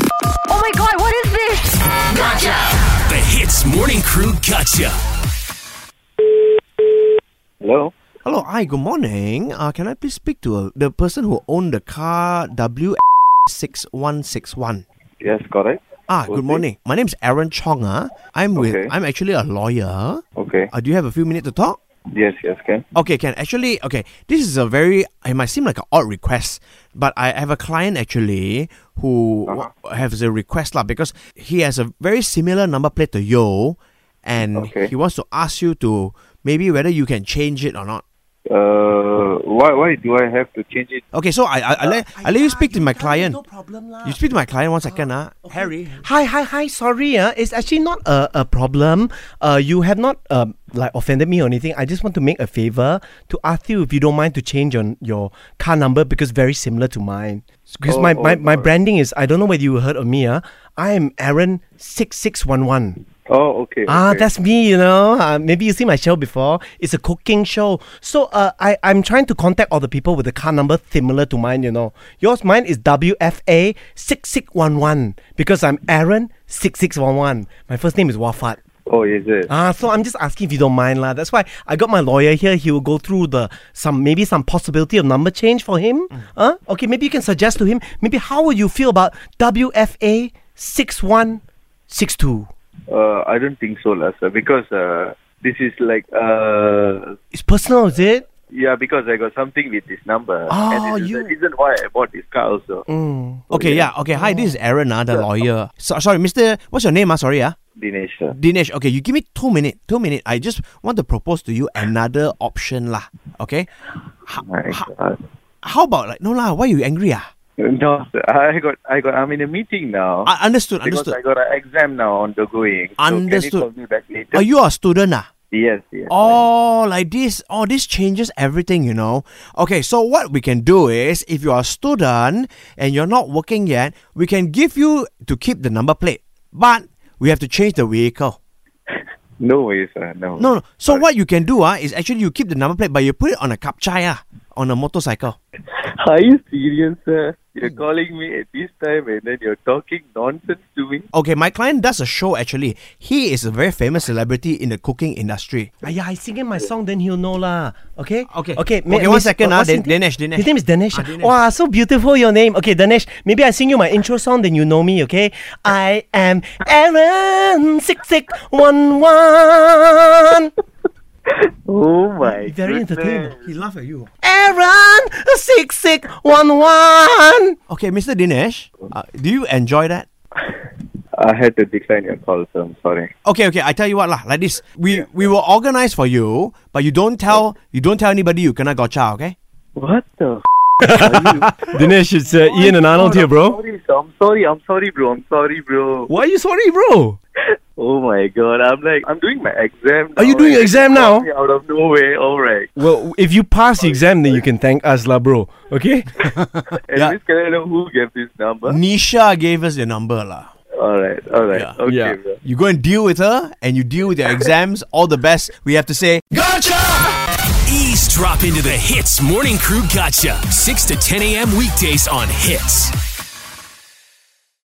Oh my god, what is this? The Hits Morning Crew Gotcha. Hello. Hello, hi, good morning. Uh, can I please speak to uh, the person who owned the car W6161? Yes, correct. Ah, Who's good morning. My name is Aaron Chong. Ah, I'm with. Okay. I'm actually a lawyer. Okay. Uh, do you have a few minutes to talk? Yes, yes, can. Okay, can actually. Okay, this is a very. It might seem like an odd request, but I have a client actually who Uh-huh. w- has a request lah because he has a very similar number plate to yo, and Okay. he wants to ask you to maybe whether you can change it or not. Uh, why why do I have to change it? Okay, so I I, I let I let you speak to my client. No problem lah. You speak to my client one second, ah. Harry. Hi, hi, hi. Sorry, uh, it's actually not a, a problem. Uh, you have not um, like offended me or anything. I just want to make a favor to ask you if you don't mind to change your, your car number because very similar to mine. Because Oh, my, oh, my, my alright. branding is I don't know whether you heard of me. Uh, I am Aaron six six one one. Oh, okay. Ah, okay. that's me. You know, uh, maybe you see my show before. It's a cooking show. So uh, I I'm trying to contact all the people with a car number similar to mine. You know, yours mine is WFA six six one one because I'm Aaron six six one one. My first name is Wafat. Oh, is it? Ah, so I'm just asking if you don't mind lah. That's why I got my lawyer here. He will go through the some maybe some possibility of number change for him. Huh? Okay, maybe you can suggest to him. Maybe how would you feel about WFA six one six two? Uh, I don't think so, lah, sir. Because uh, this is like uh, It's personal, is it? yeah, because I got something with this number, Oh, and this is you- the reason why I bought this car also. Mm. Oh, Okay, yeah. Okay, hi. This is Aaron, ah, the lawyer. So, sorry, Mister. What's your name? Ah, sorry, ah. Dinesh, uh, sir. Dinesh. Okay, you give me two minutes. Two minutes. I just want to propose to you another option, lah. Okay. My God. How about like no lah? Why you angry ah? No, sir. I got I got. I'm in a meeting now. I understood. because Ah, I Understood. got an exam now on the going. Understood. So can you call me back later? Are you a student ah? Yes, yes. Oh, like this. Oh, this changes everything, you know. Okay, so what we can do is if you're a student and you're not working yet, we can give you to keep the number plate, but we have to change the vehicle. No way, sir. No. No, no. So what you can do ah is actually you keep the number plate, but you put it on a kapchai ah, on a motorcycle. Are you serious, sir? You're calling me at this time and then you're talking nonsense to me? Okay, my client does a show actually. He is a very famous celebrity in the cooking industry. Ah, Yeah, I sing in my song, then he'll know lah. Okay? Okay. Okay, Okay, one miss- uh, second, ah, what's his Dan- name? Dinesh, Dinesh. His name is Dinesh. Ah, Dinesh. Wow, so beautiful your name. Okay, Dinesh, maybe I sing you my intro song, then you know me, okay? I am Aaron6611. Oh my Very goodness. entertaining. He laughed at you. Aaron6611. Okay, Mr. Dinesh, uh, do you enjoy that? I had to decline your call, sir. I'm sorry. Okay, okay. I tell you what lah. Like this, we we will organize for you, but you don't tell you don't tell anybody you kena gotcha. Okay. What the f- Dinesh, it's uh, Ian and Arnold here, bro. Sorry, sir. I'm sorry. I'm sorry, bro. I'm sorry, bro. Why are you sorry, bro? Oh my god. I'm like, I'm doing my exam. Are you now doing and your exam you call now? me Out of nowhere. All right. Well, if you pass the exam, then you can thank us, lah, bro. Okay? At Yeah. Hmm. least can I know who gave this number? Nisha gave us your number lah. All right. All right. Yeah. Okay, Yeah. bro. You go and deal with her, and you deal with your exams. All the best. We have to say Ease drop into the Hits Morning Crew Gotcha. 6 to 10 a.m. weekdays on Hits.